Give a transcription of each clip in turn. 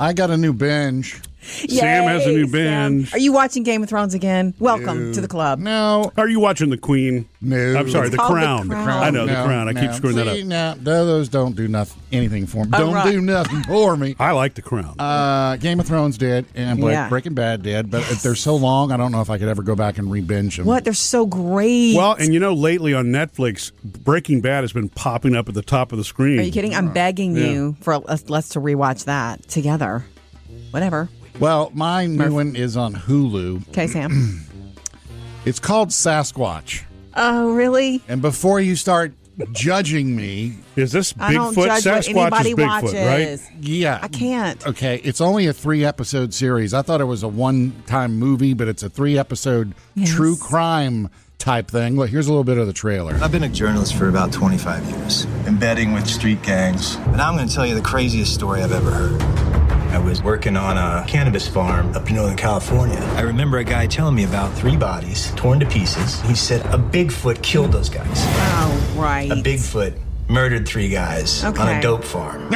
I got a new binge. Sam has a new Sam. binge. Are you watching Game of Thrones again? Welcome to the club. No. Are you watching The Queen? No. I'm sorry, The called The Crown. Crown. I know, The No, Crown. I keep no. screwing that See, up. No, those don't do nothing, anything for me. don't Oh, right. do nothing for me. I like The Crown. Uh, Game of Thrones did, and Blake, Yeah. Breaking Bad did, but if they're so long, I don't know if I could ever go back and re-binge them. What? They're so great. well, and you know, lately on Netflix, Breaking Bad has been popping up at the top of the screen. Are you kidding? I'm begging you for us, let's to rewatch that together. Whatever. Well, my new one is on Hulu. Okay, Sam. It's called Sasquatch. oh, really? And before you start judging me, Is this I don't Bigfoot? judge what Sasquatch anybody is Bigfoot, watches. right? yeah, I can't. Okay, it's only a three episode series. I thought it was a one time movie, but it's a three episode Yes. true crime type thing. Look, here's a little bit of the trailer. I've been a journalist for about 25 years, embedding with street gangs. And I'm going to tell you the craziest story I've ever heard. I was working on a cannabis farm up in Northern California. I remember a guy telling me about three bodies torn to pieces. He said a Bigfoot killed those guys. Oh, right. A Bigfoot murdered three guys on Okay. a dope farm.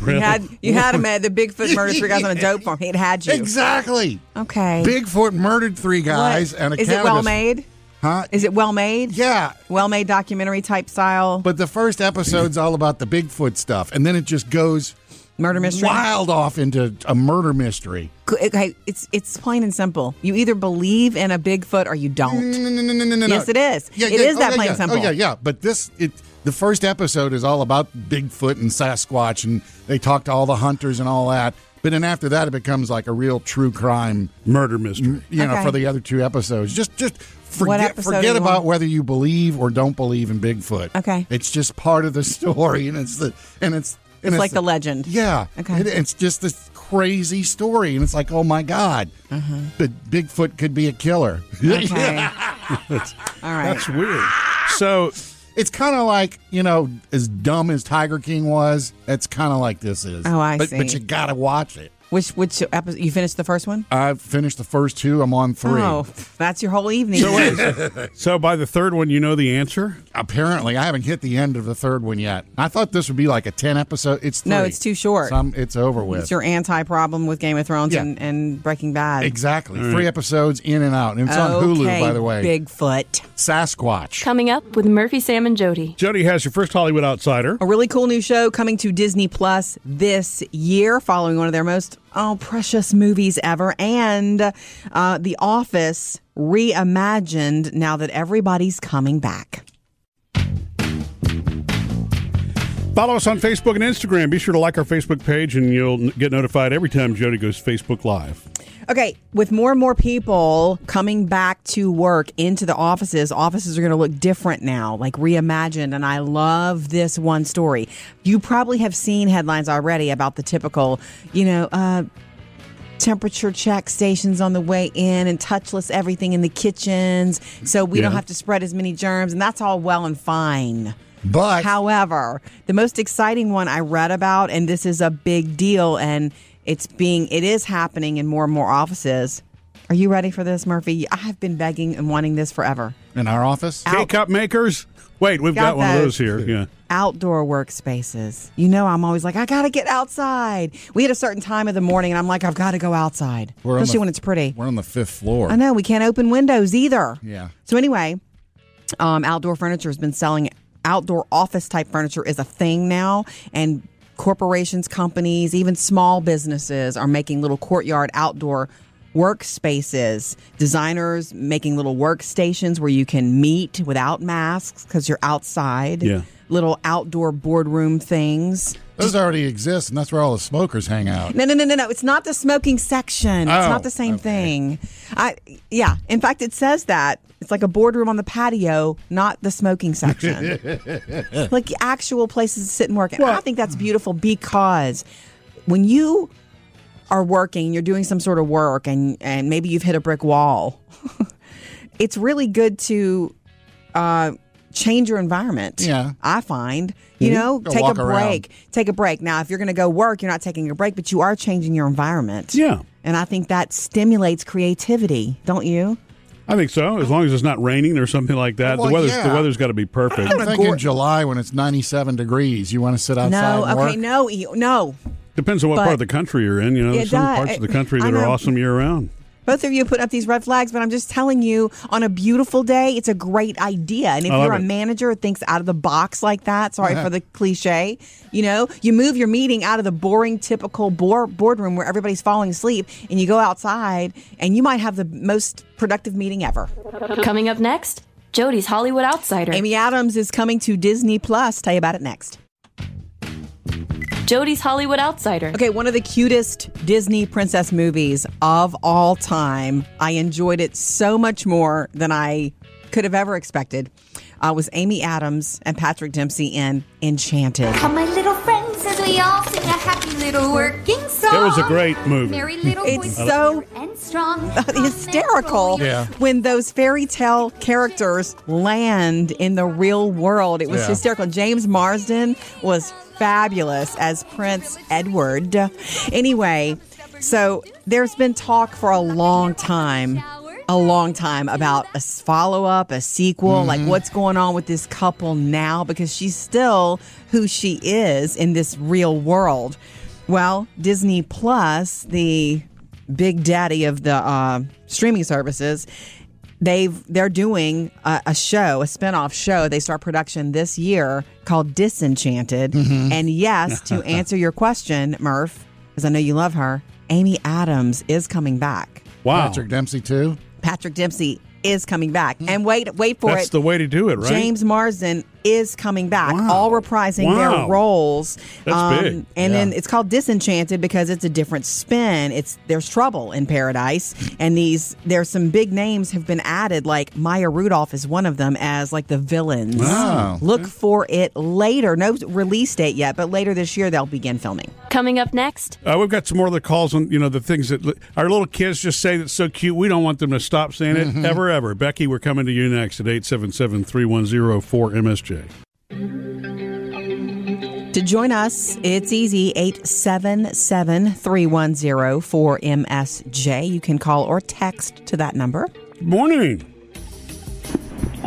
You had you had him at the Bigfoot murder three guys on a dope farm. He'd had you. Exactly. Okay. Bigfoot murdered three What? guys and a Is cannabis. it well made? Huh? Is it well made? Yeah. Well made documentary type style But the first episode's all about the Bigfoot stuff, and then it just goes murder mystery. wild off into a murder mystery. Okay, it's it's plain and simple. You either believe in a Bigfoot or you don't. No, no, no, no, no, no. Yes, it is. Yeah, It yeah. is Oh, that yeah, plain yeah. and simple. Oh, yeah, yeah. But this, it, the first episode is all about Bigfoot and Sasquatch, and they talk to all the hunters and all that. But then after that, it becomes like a real true crime. Murder mystery. You know, Okay. for the other two episodes, just just forget episode do forget you about want? whether you believe or don't believe in Bigfoot. Okay. it's just part of the story, and it's the and it's and It's like the legend. Yeah. Okay. It- it's just this crazy story, and it's like, oh my god, but Bigfoot could be a killer. Uh-huh. Okay. All right. That's weird. So It's kind of like you know, as dumb as Tiger King was. It's kind of like this is. Oh, I but, But see. you gotta watch it. Which which episode? You finished the first one? I finished the first two. I'm on Uh, three. Oh, that's your whole evening. so by the third one, you know the answer? Apparently, I haven't hit the end of the third one yet. I thought this would be like a ten episode. It's No, three. it's too short. So I'm- it's over with. it's your anti-problem with Game of Thrones Yeah. and, and Breaking Bad. exactly three episodes in and out, and it's on Hulu Okay, by the way. Bigfoot. Sasquatch. Coming up with Murphy, Sam, and Jody. Jody has your first Hollywood outsider. A really cool new show coming to Disney Plus this year, following one of their most oh precious movies ever, and uh, The Office reimagined. Now that everybody's coming back. Follow us on Facebook and Instagram. Be sure to like our Facebook page, and you'll n- get notified every time Jody goes Facebook Live. Okay, with more and more people coming back to work into the offices, offices are going to look different now, like reimagined. And I love this one story. You probably have seen headlines already about the typical, you know, uh, temperature check stations on the way in and touchless everything in the kitchens so we don't Yeah. have to spread as many germs. And that's all well and fine. But However, the most exciting one I read about, and this is a big deal, and it's being it is happening in more and more offices. Are you ready for this, Murphy? I have been begging and wanting this forever. in our office, K Cup makers. Wait, we've Got got, one of those. those here. Yeah. Outdoor workspaces. You know, I'm always like, I gotta get outside. We had a certain time of the morning, and I'm like, I've got to go outside, We're on especially the- when it's pretty. we're on the fifth floor. I know we can't open windows either. Yeah. So anyway, um, outdoor furniture has been selling. Outdoor office type furniture is a thing now, and corporations, companies, even small businesses are making little courtyard outdoor workspaces. Designers making little workstations where you can meet without masks because you're outside. Yeah. Little outdoor boardroom things. Those already exist, and that's where all the smokers hang out. No, no, no, no, no. It's not the smoking section. it's Oh, not the same okay. thing. I yeah. In fact, it says that it's like a boardroom on the patio, not the smoking section. like actual places to sit and work. And I think that's beautiful because when you are working, you're doing some sort of work, and and maybe you've hit a brick wall. it's really good to. Uh, change your environment Yeah. Mm-hmm. i find you know Go take a walk break around. take a break. Now, if you're going to go work, you're not taking a break, but you are changing your environment. Yeah. And I think that stimulates creativity, don't you? I think so. As long as it's not raining or something like that, Well, the weather's yeah. the weather's got to be perfect. I think in July when it's 97 degrees, you want to sit outside no, and okay, work? no, e- no. Depends on what But- part of the country you're in. You know, there's It some does. parts of the country I that are know. awesome year round. Both of you put up these red flags, but I'm just telling you, on a beautiful day, it's a great idea. And if I love you're a it. Uh-huh. manager who thinks out of the box like that, sorry for the cliche, you know, you move your meeting out of the boring, typical board, boardroom where everybody's falling asleep, and you go outside, and you might have the most productive meeting ever. Coming up next, Jody's Hollywood Outsider. Amy Adams is coming to Disney Plus. Tell you about it next. Jody's Hollywood Outsider. Okay, one of the cutest Disney princess movies of all time. I enjoyed it so much more than I could have ever expected. Uh, was Amy Adams and Patrick Dempsey in Enchanted? Come, my little friends, as we all sing a happy little working song. It was a great movie. Merry little It's voices, so clear and strong. Hysterical Yeah. when those fairy tale characters land in the real world. It was Yeah. hysterical. James Marsden was fabulous as Prince Edward. Anyway, so there's been talk for a long time, a long time about a follow up, a sequel, like what's going on with this couple now because she's still who she is in this real world. Well, Disney Plus, the big daddy of the uh, streaming services, they've they're doing a, a show, a spin-off show. They start production this year called Disenchanted. Mm-hmm. And yes, to answer your question, Murph, because I know you love her, Amy Adams is coming back. Wow. Patrick Dempsey too. Patrick Dempsey is coming back. And wait, wait for Hmm. That's it. the way to do it, right? James Marsden is coming back, Wow. all reprising Wow. their roles. um, That's big. And then Yeah. it's called Disenchanted because it's a different spin. It's there's trouble in paradise, and these there's some big names have been added. Like Maya Rudolph is one of them as like the villains. Wow. Look for it later. No release date yet, but later this year they'll begin filming. Coming up next, Uh, we've got some more of the calls on, you know, the things that li- our little kids just say that's so cute. We don't want them to stop saying Mm-hmm. it ever, ever. Becky, we're coming to you next at 877 310 4MSJ. To join us, it's easy 877 310 4MSJ. You can call or text to that number. Morning.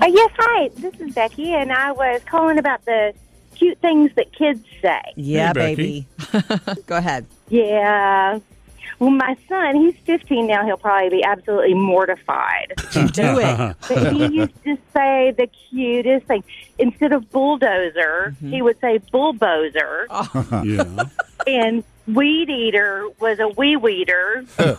Uh, yes, hi. This is Becky, and I was calling about the cute things that kids say. Yeah, Becky. baby. Go ahead. Yeah. Well, my son, he's 15 now. He'll probably be absolutely mortified. Do it. But he used to say the cutest thing. Instead of bulldozer, he would say bullbozer. Uh. Yeah. And weed eater was a wee weeder. and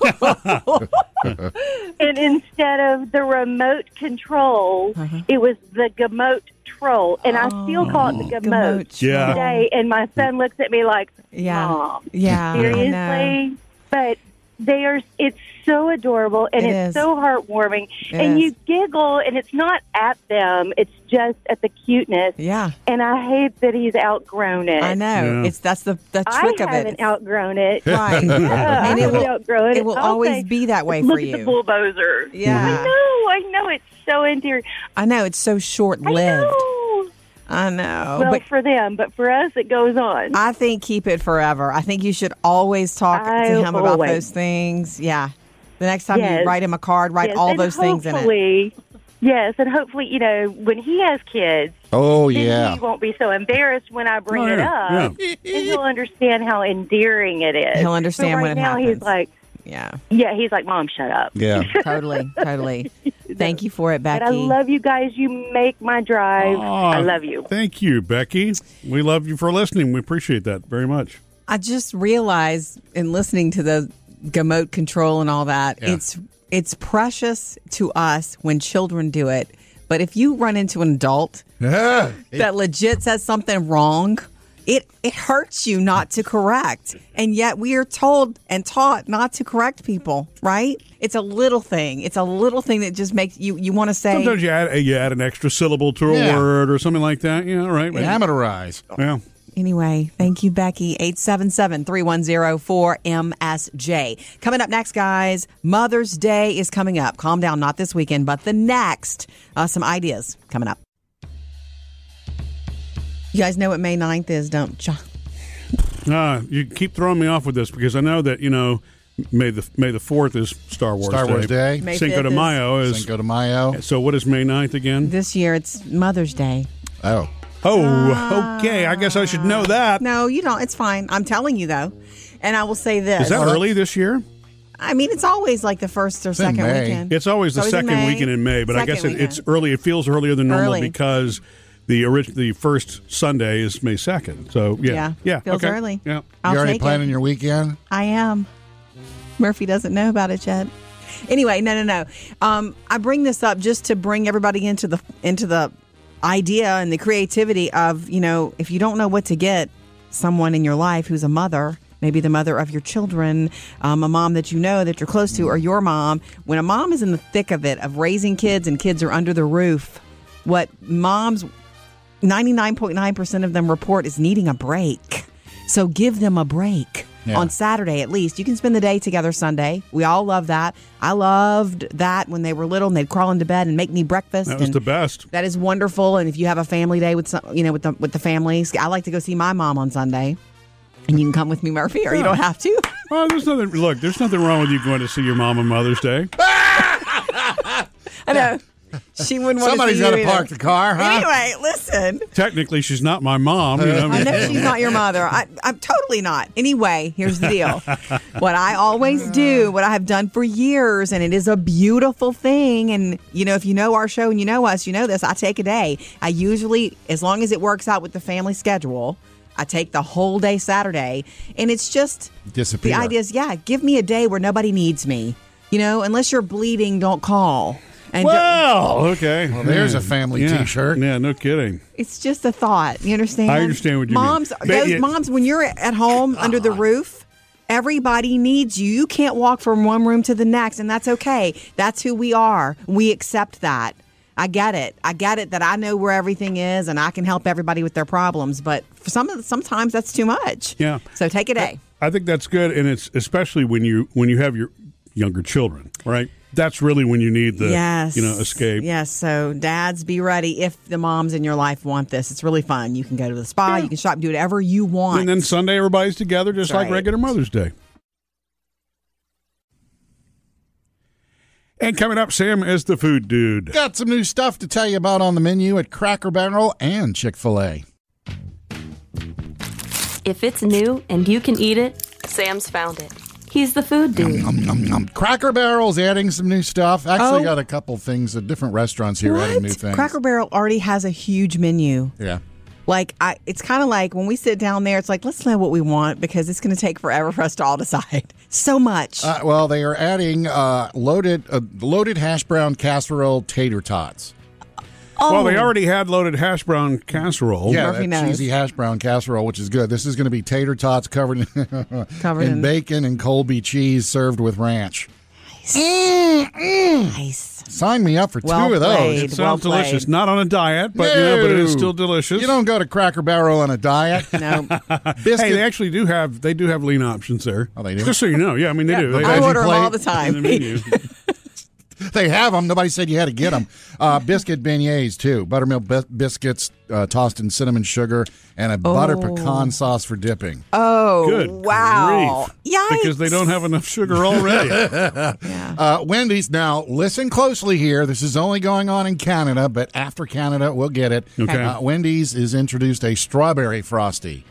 instead of the remote control, Uh-huh. it was the gamote troll. And I still Oh. call it the gamote. Gamote. Yeah. today, and my son looks at me like, Yeah. "Mom, Yeah. I know. seriously?" But they are. It's so adorable, and It it's is. so heartwarming, It and is. you giggle, and it's not at them; it's just at the cuteness. Yeah. And I hate that he's outgrown it. I know. Yeah. It's that's the the I trick of haven't it. outgrown it. right. I and it haven't will outgrown it. it will I'll always say, be that way Look for at the you." bulldozer. Yeah. I know. I know. It's so endearing. I know it's so short I lived. know. I know. well, Oh, but for them, but for us, it goes on. I think keep it forever. I think you should always talk I to him about always- those things. Yeah. The next time you Yes. write him a card, write Yes, all and those things in it. hopefully- Yes, and hopefully, you know, when he has kids, Oh then yeah. he won't be so embarrassed when I bring Oh, it yeah, up. And he'll understand how endearing it is. He'll understand but right when it now, happens. He's like, Yeah. yeah, he's like, Mom, shut up. Yeah. Totally. Totally. Thank you for it, Becky. But I love you guys. You make my drive. I love you. Thank you, Becky. We love you for listening. We appreciate that very much. I just realized in listening to the gamote control and all that, Yeah. it's it's precious to us when children do it. But if you run into an adult Yeah. that legit says something wrong, it it hurts you not to correct. And yet we are told and taught not to correct people, right? It's a little thing. It's a little thing that just makes you you want to say Sometimes you add, you add an extra syllable to a Yeah. word or something like that. Yeah, all right. Amateurize. Yeah. Anyway, thank you, Becky. 877 310 4MSJ. Coming up next, guys, Mother's Day is coming up. Calm down, not this weekend, but the next. Uh, some ideas coming up. You guys know what May 9th is, don't you? Uh, you keep throwing me off with this because I know that you know May the May the fourth is Star Wars Star Wars Day. May Cinco 5th de is- Mayo is, Cinco de Mayo. so. What is May 9th again? This year it's Mother's Day. Oh. Oh, okay. I guess I should know that. Is uh, No, you don't. It's fine. I'm telling you though. And I will say this. that early this year? I mean, it's always like the first or in second May. weekend. It's always the It's always in second May. weekend in May, but I Second guess it, it's weekend. early. It feels earlier than normal Early. because the orig- the first Sunday is May second. So yeah, yeah, Yeah. Feels okay. early. Yeah. I'll you already take planning it. your weekend? I am. Murphy doesn't know about it yet. Anyway, no, no, no. Um, I bring this up just to bring everybody into the into the idea and the creativity of you know if you don't know what to get someone in your life who's a mother, maybe the mother of your children, um, a mom that you know that you're close to, or your mom. When a mom is in the thick of it of raising kids and kids are under the roof, what moms 99.9% of them report is needing a break. So give them a break Yeah. on Saturday at least. You can spend the day together Sunday. We all love that. I loved that when they were little and they'd crawl into bed and make me breakfast. That was and the best. That is wonderful. And if you have a family day with some, you know, with the with the families, I like to go see my mom on Sunday. And you can come with me, Murphy, or you don't have to. Well, Oh, there's nothing. Look, there's nothing wrong with you going to see your mom on Mother's Day. I know. She wouldn't want Somebody's to see got you to either. park the car, huh? Anyway, listen. Technically, she's not my mom. You know? I know she's not your mother. I, I'm totally not. Anyway, here's the deal. what I always do, what I have done for years, and it is a beautiful thing. And, you know, if you know our show and you know us, you know this. I take a day. I usually, as long as it works out with the family schedule, I take the whole day Saturday. And it's just Disappear. The idea is, yeah, give me a day where nobody needs me. You know, unless you're bleeding, don't call. And don't- Well, okay. Well, there's a family T-shirt. Yeah, no kidding. It's just a thought. You understand? I understand what you mean. moms, But Those, it- moms, when you're at home under the roof, everybody needs you. You can't walk from one room to the next, and that's okay. That's who we are. We accept that. I get it. I get it that I know where everything is, and I can help everybody with their problems. But for some, of the- sometimes that's too much. Yeah. So take a day. I think that's good, and it's especially when you when you have your younger children, right? That's really when you need the yes. you know escape. Yes. So dads, be ready if the moms in your life want this. It's really fun. You can go to the spa. You can shop. Do whatever you want. And then Sunday, everybody's together just That's like right. regular Mother's Day. And coming up, Sam is the food dude. Got some new stuff to tell you about on the menu at Cracker Barrel and Chick Fil A. If it's new and you can eat it, Sam's found it. He's the food dude. Nom, nom, nom. Cracker Barrel's adding some new stuff. Actually, Oh. got a couple things. Uh, different restaurants here adding new things. Cracker Barrel already has a huge menu. yeah. Like I, it's kind of like when we sit down there, it's like let's know what we want because it's going to take forever for us to all decide. So much. Uh, well, they are adding uh, loaded uh, loaded hash brown casserole tater tots. Well, they already had loaded hash brown casserole. yeah, that Murphy knows. cheesy hash brown casserole, which is good. This is going to be tater tots covered in, Covered in in- bacon and Colby cheese, served with ranch. nice. Sign me up for Well two of those. played. It sounds Well played. delicious. Not on a diet, but you know, but it is No. still delicious. You don't go to Cracker Barrel on a diet. No, Biscuit. Hey, they actually do have they do have lean options there. Oh, they do? Just so you know, yeah. I mean, they do. They, I you order them play- all the in the time. menu. They have them. Nobody said you had to get them. Uh, biscuit beignets too. Buttermilk bis- biscuits uh, tossed in cinnamon sugar and a butter pecan sauce for dipping. Oh, Good. wow! grief. Yikes. Because they don't have enough sugar already. Uh, Wendy's. Now listen closely here. This is only going on in Canada, but after Canada, we'll get it. Okay. Uh, Wendy's is introduced a strawberry frosty.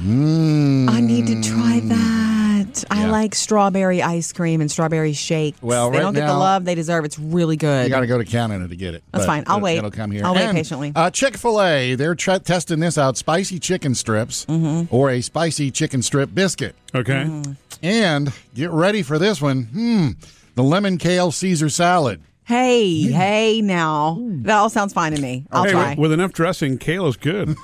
I need to try that. I Mm. Yeah. like strawberry ice cream and strawberry shakes. Well, they right don't get the now- love they deserve. It's really You good. got to go to Canada to get it. That's fine. I'll it- wait. It'll come here. I'll wait And, patiently. Uh, Chick Fil A. They're tra- testing this out: spicy chicken strips Mm-hmm. or a spicy chicken strip biscuit. okay. Mm, And get ready for this one. Hmm. The lemon kale Caesar salad. hey, hey, now that all sounds fine to me. I'll Hey, try. with, with enough dressing, kale is good.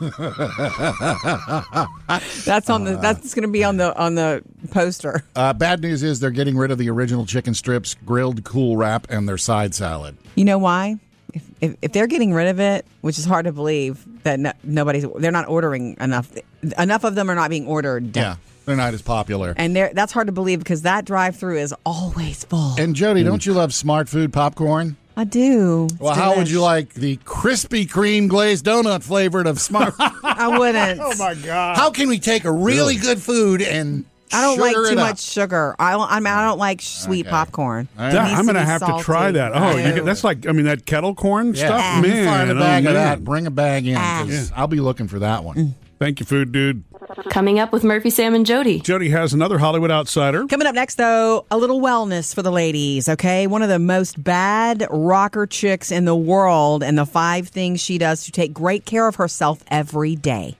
that's on the. That's going to be on the on the poster. Uh, bad news is they're getting rid of the original chicken strips, grilled cool wrap, and their side salad. You know why? If, if, if they're getting rid of it, which is hard to believe that no, nobody's, they're not ordering enough. Enough of them are not being ordered. Yeah, they're not as popular. And they're, that's hard to believe because that drive through is always full. And Jody, Mm. don't you love smart food popcorn? I do. It's Well, how would you delish. like the Krispy Kreme glazed donut flavored of smart? I wouldn't. oh my how can we take a really good food and I don't Sugar like it too up. much sugar. I don't, I mean, I don't like sweet Okay. popcorn. All right. It That- needs I'm going to be have to salty. try that. Oh, you No. get, that's like I mean that kettle corn Yeah. stuff, If you man. find a oh, bag of that. man. Bring a bag in. 'cause Yeah. I'll be looking for that Mm. one. Thank you, food dude. Coming up with Murphy, Sam, and Jody. Jody has another Hollywood outsider. Coming up next, though, a little wellness for the ladies, okay? One of the most bad rocker chicks in the world, and the five things she does to take great care of herself every day.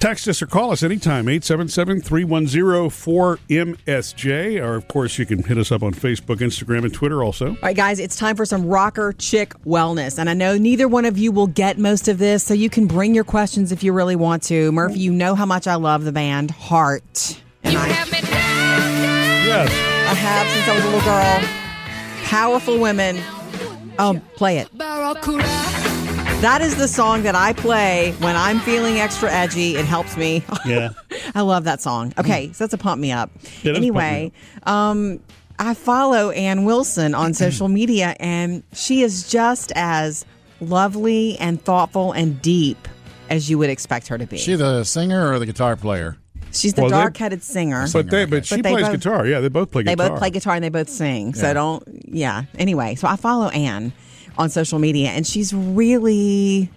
Text us or call us anytime, 877-310-4MSJ. Or, of course, you can hit us up on Facebook, Instagram, and Twitter also. All right, guys, it's time for some rocker chick wellness. And I know neither one of you will get most of this, so you can bring your questions if you really want to. Murphy, you know how much I love the band Heart. And I, Yes. I have since I was a little girl. Powerful women. Oh, play it. That is the song that I play when I'm feeling extra edgy. It helps me. Yeah. I love that song. Okay, so that's a pump me up. It is anyway, um, I follow Ann Wilson on social media, and she is just as lovely and thoughtful and deep as you would expect her to be. She the singer or the guitar player? She's the Well, they- dark-headed singer. But they, but she they plays both- guitar. Yeah, they both play They guitar. both play guitar and they both sing. So Yeah. don't, yeah. Anyway, so I follow Anne on social media and she's really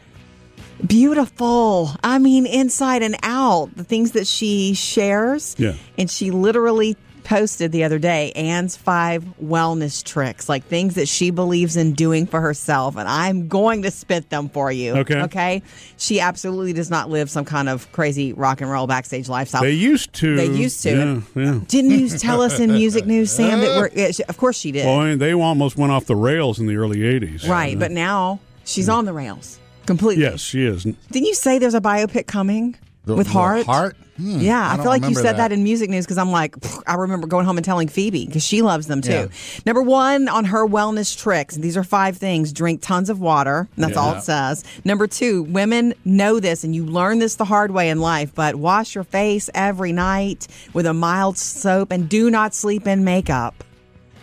beautiful. I mean, inside and out, the things that she shares. Yeah. And she literally posted the other day Anne's five wellness tricks, like things that she believes in doing for herself. And I'm going to spit them for you. Okay. Okay. She absolutely does not live some kind of crazy rock and roll backstage lifestyle. They used to. They used to. Yeah, yeah. Didn't you tell us in music news, Sam, that we're? yeah, she- Of course she did. Boy, they almost went off the rails in the early 80s. right, but now she's on the rails completely. Yes, she is. Didn't you say there's a biopic coming The- with the Heart? Heart? Hmm, yeah, I I, don't feel like you remember said that. that, in music news because I'm like, pfft, I remember going home and telling Phoebe because she loves them too. Yeah. Number one on her wellness tricks. These are five things: drink tons of water. and That's all Yeah. it says. Number two, women know this, and you learn this the hard way in life. But wash your face every night with a mild soap, and do not sleep in makeup.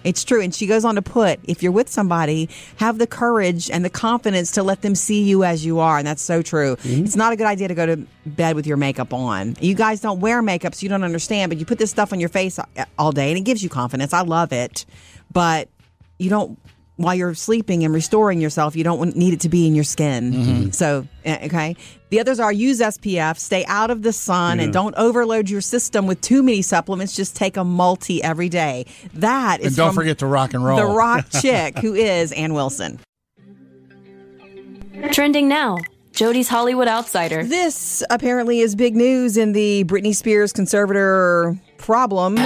It's true. And she goes on to put, if you're with somebody, have the courage and the confidence to let them see you as you are. And that's so true. It's not a good idea to go to bed with your makeup on. You guys don't wear makeup, so you don't understand, but you put this stuff on your face all day and it gives you confidence. I love it. But you don't, while you're sleeping and restoring yourself, you don't want- need it to be in your skin. Mm-hmm. So, eh, okay. The others are use SPF, stay out of the sun, and don't overload your system with too many supplements. Just take a multi every day. That is And don't from forget to rock and roll. the rock chick who is Ann Wilson. Trending now. Jody's Hollywood Outsider. This apparently is big news in the Britney Spears conservator problem.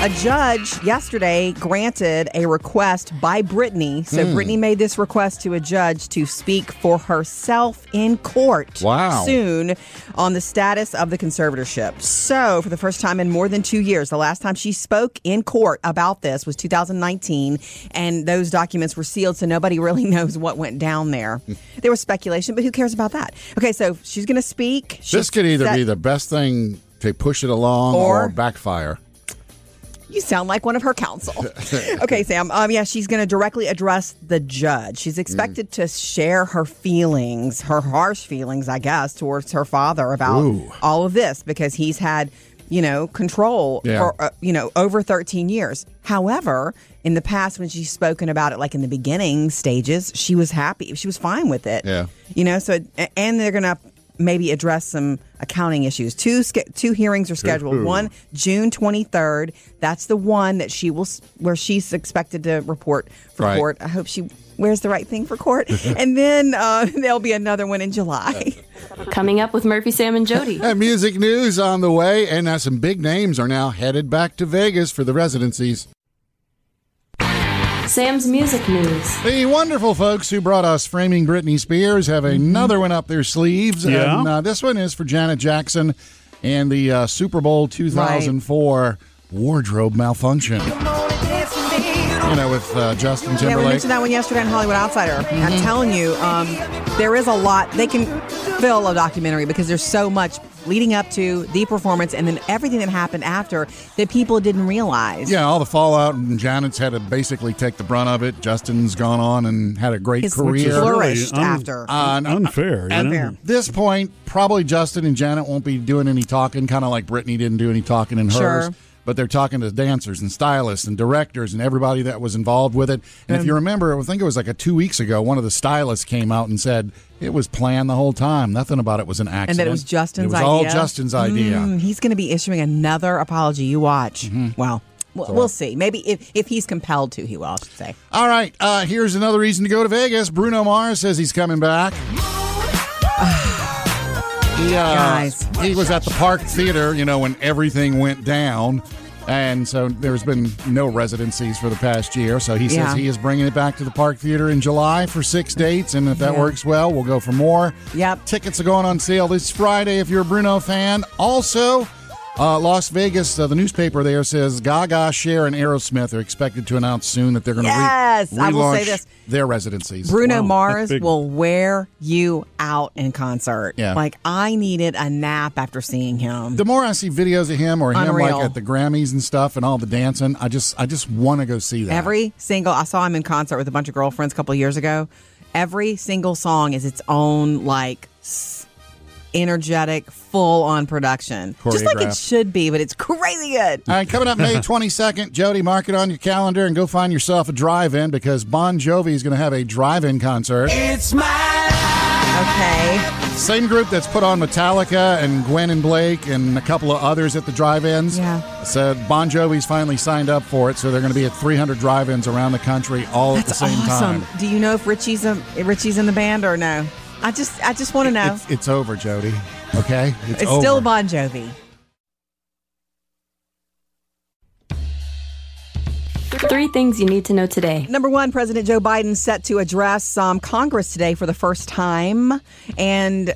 A judge yesterday granted a request by Britney. So Hmm. Britney made this request to a judge to speak for herself in court Wow. soon on the status of the conservatorship. So, for the first time in more than 2 years, the last time she spoke in court about this was 2019 and those documents were sealed so nobody really knows what went down there. there was speculation, but who cares about that? Okay, so she's going to speak. This could either be be the. the best thing to push it along or, Or- backfire. You sound like one of her counsel. okay, Sam. Um, yeah, she's going to directly address the judge. Mm. She's expected to share her feelings, her harsh feelings, I guess, towards her father about all of this because he's had, you know, control Yeah. for, uh, you know, over 13 years. However, in the past, when she's spoken about it, like in the beginning stages, she was happy. She was fine with it. Yeah. You know, so, it- and they're going to maybe address some accounting issues. Two, ske- two hearings are scheduled. One June 23rd. That's the one that she will, s- where she's expected to report for Right. court. I hope she wears the right thing for court. and then uh, there'll be another one in July. Coming up with Murphy, Sam, and Jody. And music news on the way, and uh, some big names are now headed back to Vegas for the residencies. Sam's music news. The wonderful folks who brought us Framing Britney Spears have Mm-hmm. another one up their sleeves. Yeah. And uh, this one is for Janet Jackson and the uh, Super Bowl 2004 wardrobe malfunction. You know, with uh, Justin Yeah, we Timberlake. Mm-hmm. mentioned that one yesterday on Hollywood Outsider. I'm telling you, um, there is a lot. They can fill a documentary because there's so much leading up to the performance and then everything that happened after that people didn't realize. Yeah, all the fallout, and Janet's had to basically take the brunt of it. Justin's gone on and had a great His career. flourished Really, um, after. Uh, no, Unfair. you At know? Unfair. this point, probably Justin and Janet won't be doing any talking, kind of like Brittany didn't do any talking in hers. Sure. But they're talking to dancers and stylists and directors and everybody that was involved with it. And if you remember, I think it was like a two weeks ago, one of the stylists came out and said it was planned the whole time. Nothing about it was an accident. and that it was Justin's It was idea. all Justin's idea. Mm, he's going to be issuing another apology. You watch. Mm-hmm. Well, w- we'll see. Maybe if, if he's compelled to, he will, I should say. All right, uh, here's another reason to go to Vegas. Bruno Mars says he's coming back. He, uh, Guys. he was at the Park Theater, you know, when everything went down. And so there's been no residencies for the past year. So he says Yeah. he is bringing it back to the Park Theater in July for six dates. And if that Yeah. works well, we'll go for more. Yep. Tickets are going on sale this Friday if you're a Bruno fan. Also, uh, Las Vegas, uh, the newspaper there says Gaga, Cher, and Aerosmith are expected to announce soon that they're going to Yes, re- I will say relaunch this. their residencies. Bruno Wow, Mars that's big. will wear you out in concert. Yeah. Like, I needed a nap after seeing him. the more I see videos of him or him Unreal. like at the Grammys and stuff and all the dancing, I just I just want to go see that. Every single I saw him in concert with a bunch of girlfriends a couple years ago. Every single song is its own like s- energetic, full on production, just like it Choreographed. should be. But it's crazy good. all right, coming up May 22nd, Jody, mark it on your calendar and go find yourself a drive-in because Bon Jovi is going to have a drive-in concert. Okay, Same group that's put on Metallica and Gwen and Blake and a couple of others at the drive-ins. Yeah. So Bon Jovi's finally signed up for it, so they're going to be at 300 drive-ins around the country all at the that's same awesome. time. Do you know if Richie's a, if Richie's in the band or no? I just I just want to know. It's, it's over, Jody. Okay, It's, still over. Bon Jovi. Three things you need to know today. Number one, President Joe Biden set to address um, Congress today for the first time, and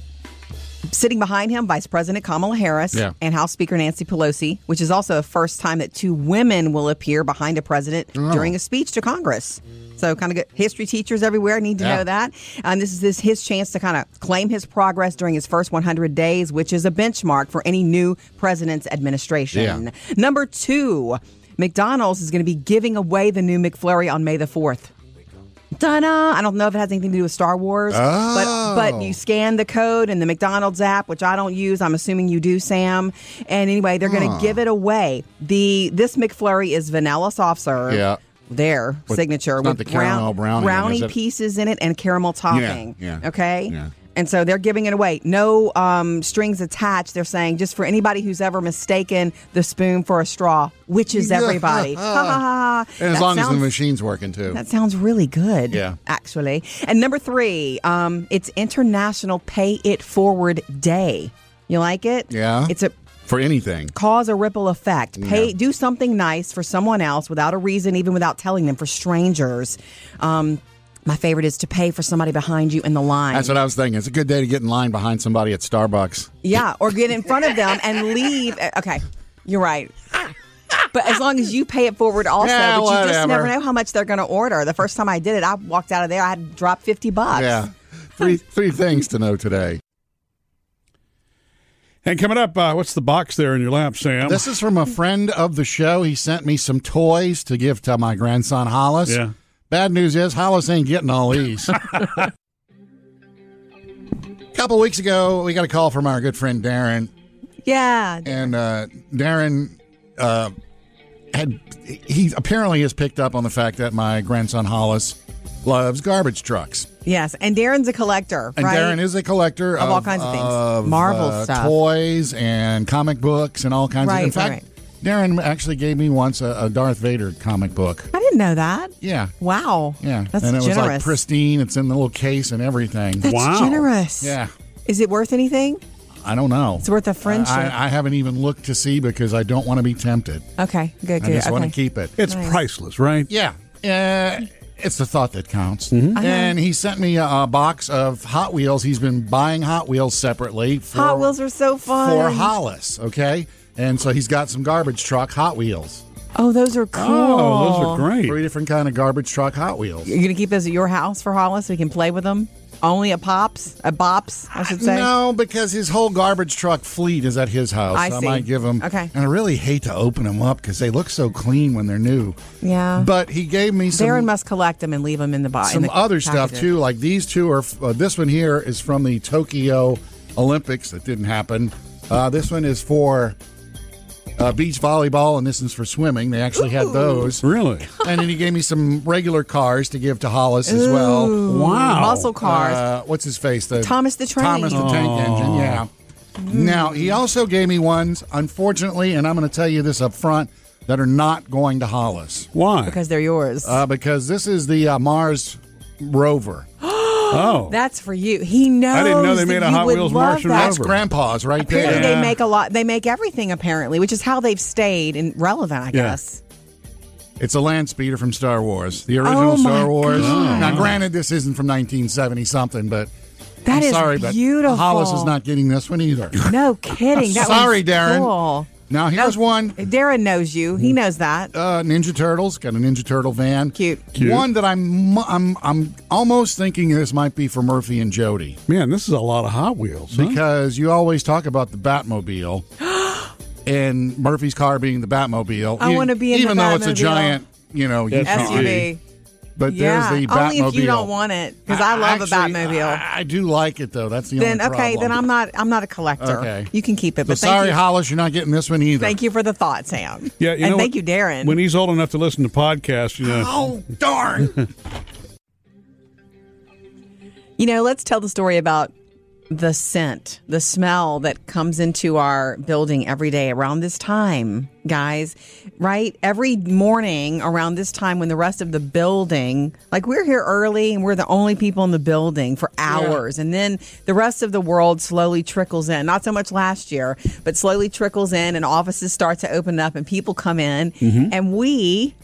sitting behind him, Vice President Kamala Harris Yeah. and House Speaker Nancy Pelosi, which is also the first time that two women will appear behind a president Oh. during a speech to Congress. So, kind of good. history teachers everywhere need to Yeah. know that. Um, this is this, his chance to kind of claim his progress during his first 100 days, which is a benchmark for any new president's administration. Yeah. Number two, McDonald's is going to be giving away the new McFlurry on May the 4th. Ta-da! I don't know if it has anything to do with Star Wars, Oh. but but you scan the code in the McDonald's app, which I don't use. I'm assuming you do, Sam. And anyway, they're going to give it away. The this McFlurry is vanilla soft serve. Yeah. Their With- signature it's not with the caramel brownie, brownie is it? pieces in it and caramel topping. yeah, Okay. yeah. And so they're giving it away. No um, strings attached. They're saying just for anybody who's ever mistaken the spoon for a straw, which is everybody. Ha, ha, ha, ha. And as That long as the sounds- machine's working too. that sounds really good. Yeah. Actually. And number three, um, it's International Pay It Forward Day. You like it? Yeah. It's a for anything. cause a ripple effect. Pay do something nice for someone else without a reason, even without telling them for strangers. Um, my favorite is to pay for somebody behind you in the line. That's what I was thinking. It's a good day to get in line behind somebody at Starbucks. Yeah, or get in front of them and leave. Eh, Okay, you're right. But as long as you pay it forward, also, Yeah, but you just whatever. never know how much they're going to order. The first time I did it, I walked out of there. I had dropped fifty bucks. Yeah. Three three things to know today. And coming up, uh, what's the box there in your lap, Sam? This is from a friend of the show. He sent me some toys to give to my grandson Hollis. Yeah. Bad news is Hollis ain't getting all these. couple weeks ago, we got a call from our good friend Darren, yeah. and uh, Darren uh, had he apparently has picked up on the fact that my grandson Hollis loves garbage trucks. Yes, and Darren's a collector, And right? Darren is a collector Of all kinds of things. of, Marvel uh, stuff. toys and comic books and all kinds Right, of. In right, fact, Darren actually gave me once a, a Darth Vader comic book. I didn't know that. Yeah, Wow. yeah, That's and it was generous. like pristine. It's in the little case and everything. That's Wow. generous. Yeah, Is it worth anything? I don't know. It's worth a friendship. I, I haven't even looked to see because I don't want to be tempted. Okay. Good. I Good. just want okay. to keep it. it's Nice. priceless, right? Yeah. Uh, it's the thought that counts. And he sent me a, a box of Hot Wheels. He's been buying Hot Wheels separately. For, Hot Wheels are so fun. For Hollis, okay? And so he's got some garbage truck Hot Wheels. oh, those are cool. Oh, those are Three great. different kind of garbage truck Hot Wheels. You're gonna keep those at your house for Hollis so he can play with them. Only a pops, a bops, I should say. No, because his whole garbage truck fleet is at his house. I so I see. might give him. Okay. And I really hate to open them up because they look so clean when they're new. Yeah. But he gave me some. Darren must collect them and leave them in the box. some other stuff too. Like these two are. Uh, this one here is from the Tokyo Olympics that didn't happen. Uh, this one is for uh, beach volleyball, and this is for swimming. They actually had those. Really? And then he gave me some regular cars to give to Hollis as well. Wow. Muscle cars. Uh, what's his face? The Thomas the Train. Mm. Thomas the Tank Engine. Yeah. Now he also gave me ones, unfortunately, and I'm going to tell you this up front that are not going to Hollis Why? because they're yours. uh, because this is the uh, Mars rover. oh. That's for you. He knows. didn't know they that made a you Hot would Wheels love Martian that. That's Grandpa's right there. Apparently, Yeah. they make a lot. They make everything apparently, which is how they've stayed and relevant. I guess. It's a land speeder from Star Wars, the original Oh, my Star Wars. God. Now, granted, this isn't from 1970 something, but That I'm is sorry, but beautiful. Hollis is not getting this one either. No kidding. That Sorry, was Darren. Cool. Now here's one. Darren knows you. He knows that. Uh, Ninja Turtles got a Ninja Turtle van. Cute. One that I'm I'm I'm almost thinking this might be for Murphy and Jody Man, this is a lot of Hot Wheels. huh? because you always talk about the Batmobile. And Murphy's car being the Batmobile. I E- wanna be in the even though it's a Batmobile. giant, you know, That's Yukon. SUV. But Yeah. there's the Batmobile. Only if you don't want it, because I love the Actually, Batmobile. I, I do like it though. That's the then only okay. problem. Then I'm not. I'm not a collector. Okay. You can keep it. So but thank sorry, you. Hollis, you're not getting this one either. Thank you for the thought, Sam. Yeah, you and know thank what? you, Darren. When he's old enough to listen to podcasts, you know. Oh darn! You know, let's tell the story about the scent, the smell that comes into our building every day around this time, guys, right? Every morning around this time when the rest of the building, like we're here early and we're the only people in the building for hours. And then the rest of the world slowly trickles in. Not so much last year, but slowly trickles in and offices start to open up and people come in. Mm-hmm. And we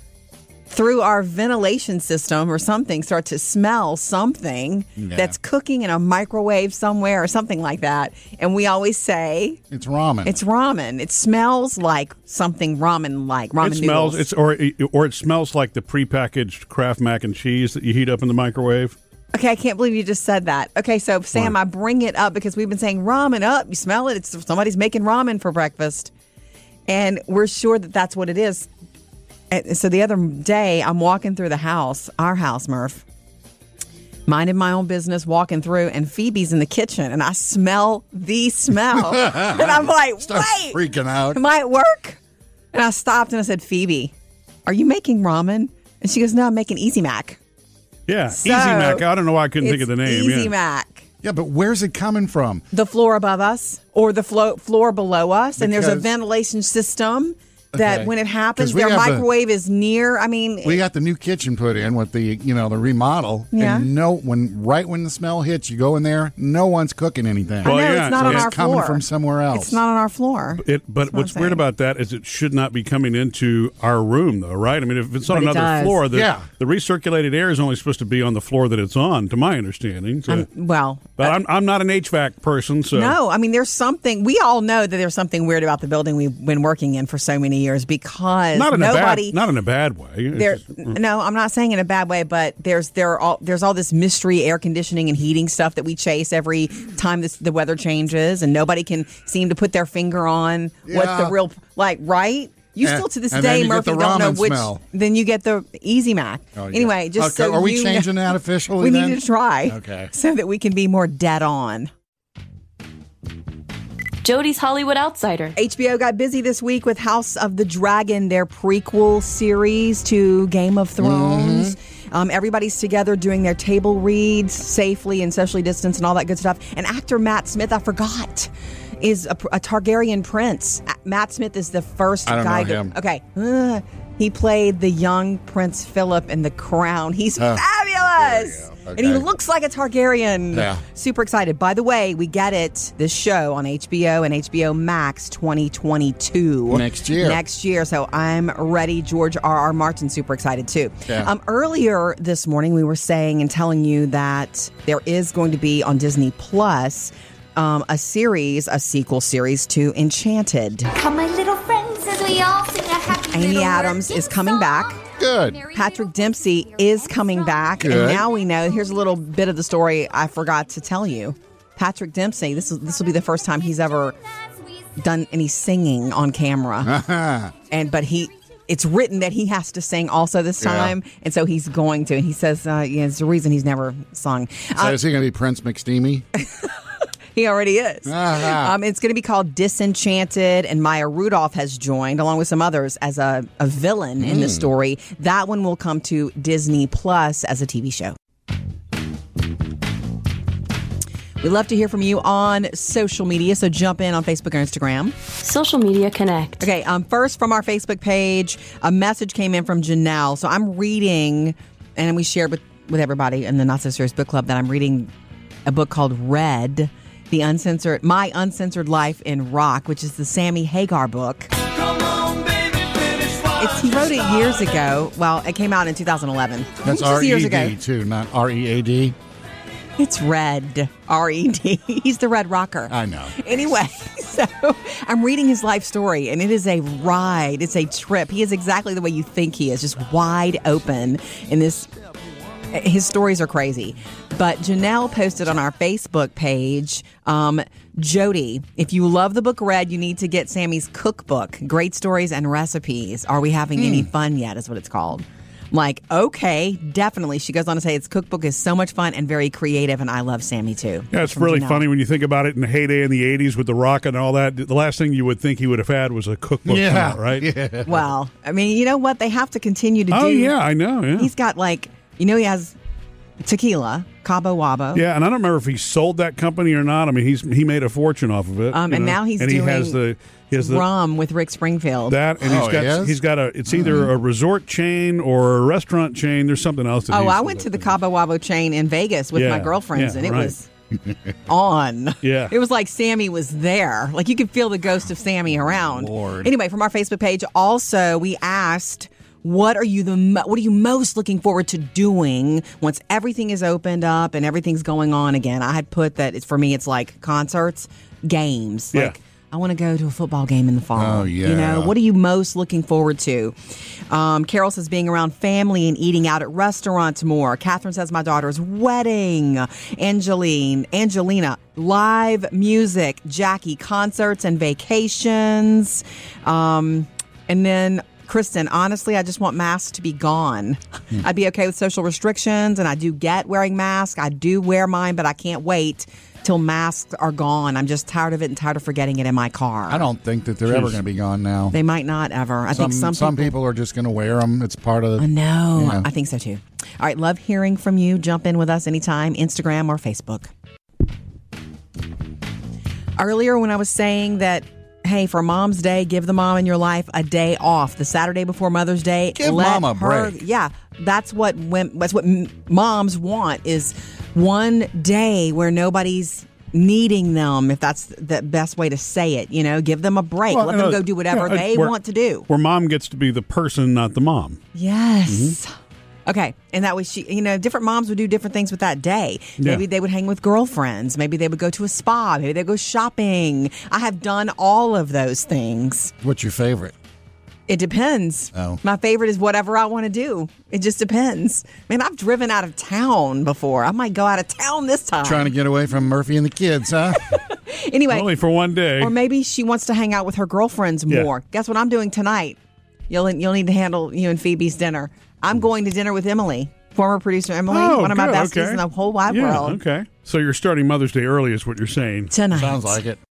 through our ventilation system or something start to smell something that's cooking in a microwave somewhere or something like that. And we always say it's ramen. it's ramen. It smells like something ramen like ramen It smells. noodles. It's or it, or it smells like the prepackaged Kraft mac and cheese that you heat up in the microwave. okay, I can't believe you just said that. Okay, so Sam, I bring it up because we've been saying ramen up. You smell it. It's somebody's making ramen for breakfast, and we're sure that that's what it is. And so the other day, I'm walking through the house, our house, Murph. minding my own business, walking through, and Phoebe's in the kitchen, and I smell the smell, and I'm like, Start wait, freaking out. am I at work? And I stopped and I said, Phoebe, are you making ramen? And she goes, No, I'm making Easy Mac. Yeah, So, Easy Mac. I don't know why I couldn't think of It's the name. Easy yeah. Mac. yeah, but where's it coming from? The floor above us or the flo- floor below us, and there's a Because- ventilation system that Okay. when it 'Cause happens, we their have the- microwave is near. I mean, We got the new kitchen put in with the you know the remodel. Yeah. And no, when right when the smell hits, you go in there. No one's cooking anything. I know Well, yeah, it's not so on it's our coming floor. from somewhere else. It's not on our floor. It, but That's what what's I'm weird saying. about that is it should not be coming into our room, though, right? I mean, if it's on But it another does. floor, the, Yeah. the recirculated air is only supposed to be on the floor that it's on, to my understanding. So. Um, well, but I'm, I'm not an HVAC person, uh, so No, I mean there's something we all know that there's something weird about the building we've been working in for so many years because not in nobody a bad not in a bad way. It's there just- mm. no, I'm not saying in a bad way, but there's there are all there's all this mystery air conditioning and heating stuff that we chase every time this, the weather changes and nobody can seem to put their finger on what Yeah. the real like right? You And- still to this and then day, you get Murphy, the don't know ramen which. smell. Then you get the Easy Mac. Oh, yeah. Anyway, just Okay, so are we you know- changing that officially? we then? need to try, Okay. so that we can be more dead on. Jody's Hollywood Outsider. HBO got busy this week with House of the Dragon, their prequel series to Game Mm-hmm. of Thrones. Um, everybody's together doing their table reads safely and socially distanced and all that good stuff. And actor Matt Smith, I forgot, is a, a Targaryen prince. A- Matt Smith is the first I don't guy. know to- him. okay. Ugh. he played the young Prince Philip in The Crown. He's fabulous. go. And he Okay. looks like a Targaryen. Yeah. Super excited. By the way, we get it. This show on HBO and HBO Max 2022. Next year. Next year. So I'm ready. George R. R. Martin, super excited too. Yeah. Um, earlier this morning, we were saying and telling you that there is going to be on Disney Plus um, a series, a sequel series to Enchanted. Come, my little friends, as we all sing a happy Amy little Adams working is coming song. back. Good. Patrick Dempsey is coming back, Good. and now we know. Here's a little bit of the story I forgot to tell you. Patrick Dempsey. This is this will be the first time he's ever done any singing on camera, Uh-huh. and but he. It's written that he has to sing also this Yeah. time, and so he's going to. And he says, uh, "Yeah, it's the reason he's never sung." Uh, So is he going to be Prince McSteamy? He already is. Ah. Um, it's going to be called Disenchanted, and Maya Rudolph has joined, along with some others, as a, a villain in the story. That one will come to Disney Plus as a TV show. We love to hear from you on social media, so jump in on Facebook or Instagram. Social Media Connect. Okay, um, first from our Facebook page, a message came in from Janelle. So I'm reading, and we shared with, with everybody in the Not So Serious Book Club that I'm reading a book called Red, the uncensored, my uncensored life in rock, which is the Sammy Hagar book. It's, he wrote it years ago. Well, it came out in 2011. That's Just R years E ago. D too, not R E A D. It's Red, R E D. He's the Red Rocker. I know. Anyway, so I'm reading his life story, and it is a ride. It's a trip. He is exactly the way you think he is, just wide open. And this, his stories are crazy. But Janelle posted on our Facebook page, um, Jody, if you love the book Red, you need to get Sammy's cookbook, Great Stories and Recipes. Are we having any Hmm. fun yet? Is what it's called. I'm like, okay, definitely. She goes on to say, its cookbook is so much fun and very creative, and I love Sammy too. Yeah, it's From really Janelle. funny when you think about it in the heyday in the 80s with The Rock and all that. The last thing you would think he would have had was a cookbook, Yeah, come out, right? Well, I mean, you know what? They have to continue to do. Oh, yeah, I know. Yeah. He's got like, you know, he has tequila, Cabo Wabo. yeah, and I don't remember if he sold that company or not. I mean, he's he made a fortune off of it. Um, you and know? now he's and he has doing the he has the Rum with Rick Springfield. that and he's Oh, got he Mm-hmm. is? he's got a it's either a resort chain or a restaurant chain. There's something else. That oh, he's- I went to the Cabo Wabo chain in Vegas with my Yeah, girlfriends, yeah, and it right. was on. Yeah. It was like Sammy was there. Like you could feel the ghost of Sammy around. Lord. Anyway, from our Facebook page, also we asked. What are you the mo- what are you most looking forward to doing once everything is opened up and everything's going on again? I had put that it's for me it's like concerts, games. Yeah. Like I want to go to a football game in the fall. Oh, You yeah. know, what are you most looking forward to? Um, Carol says being around family and eating out at restaurants more. Catherine says my daughter's wedding. Angeline, Angelina, live music. Jackie, concerts and vacations. Um, and then Kristen, honestly, I just want masks to be gone. I'd be okay with social restrictions, and I do get wearing masks. I do wear mine, but I can't wait till masks are gone. I'm just tired of it and tired of forgetting it in my car. I don't think that they're ever going to be gone now. They might not ever. I Some think some, some people are just going to wear them. It's part of. I know. Yeah. I think so too. All right, love hearing from you. Jump in with us anytime, Instagram or Facebook. Earlier, when I was saying that, hey, for Mom's Day, give the mom in your life a day off. The Saturday before Mother's Day, Give let mom a her- break. Yeah, that's what wom- that's what m- moms want is one day where nobody's needing them. If that's the best way to say it, you know, give them a break. Well, let you them know, go do whatever yeah, they where- want to do. Where mom gets to be the person, not the mom. Yes. Okay. And that way she, you know, different moms would do different things with that day. Maybe Yeah. they would hang with girlfriends. Maybe they would go to a spa. Maybe they would go shopping. I have done all of those things. What's your favorite? It depends. Oh. My favorite is whatever I want to do. It just depends. Man, I've driven out of town before. I might go out of town this time. Trying to get away from Murphy and the kids, huh? anyway, Only for one day. or maybe she wants to hang out with her girlfriends Yeah. more. Guess what I'm doing tonight? You'll you'll need to handle you and Phoebe's dinner. I'm going to dinner with Emily, former producer Emily, one Oh, of my good, besties okay. in the whole wide Yeah, world. Okay. So you're starting Mother's Day early, is what you're saying. Tonight. Sounds like it.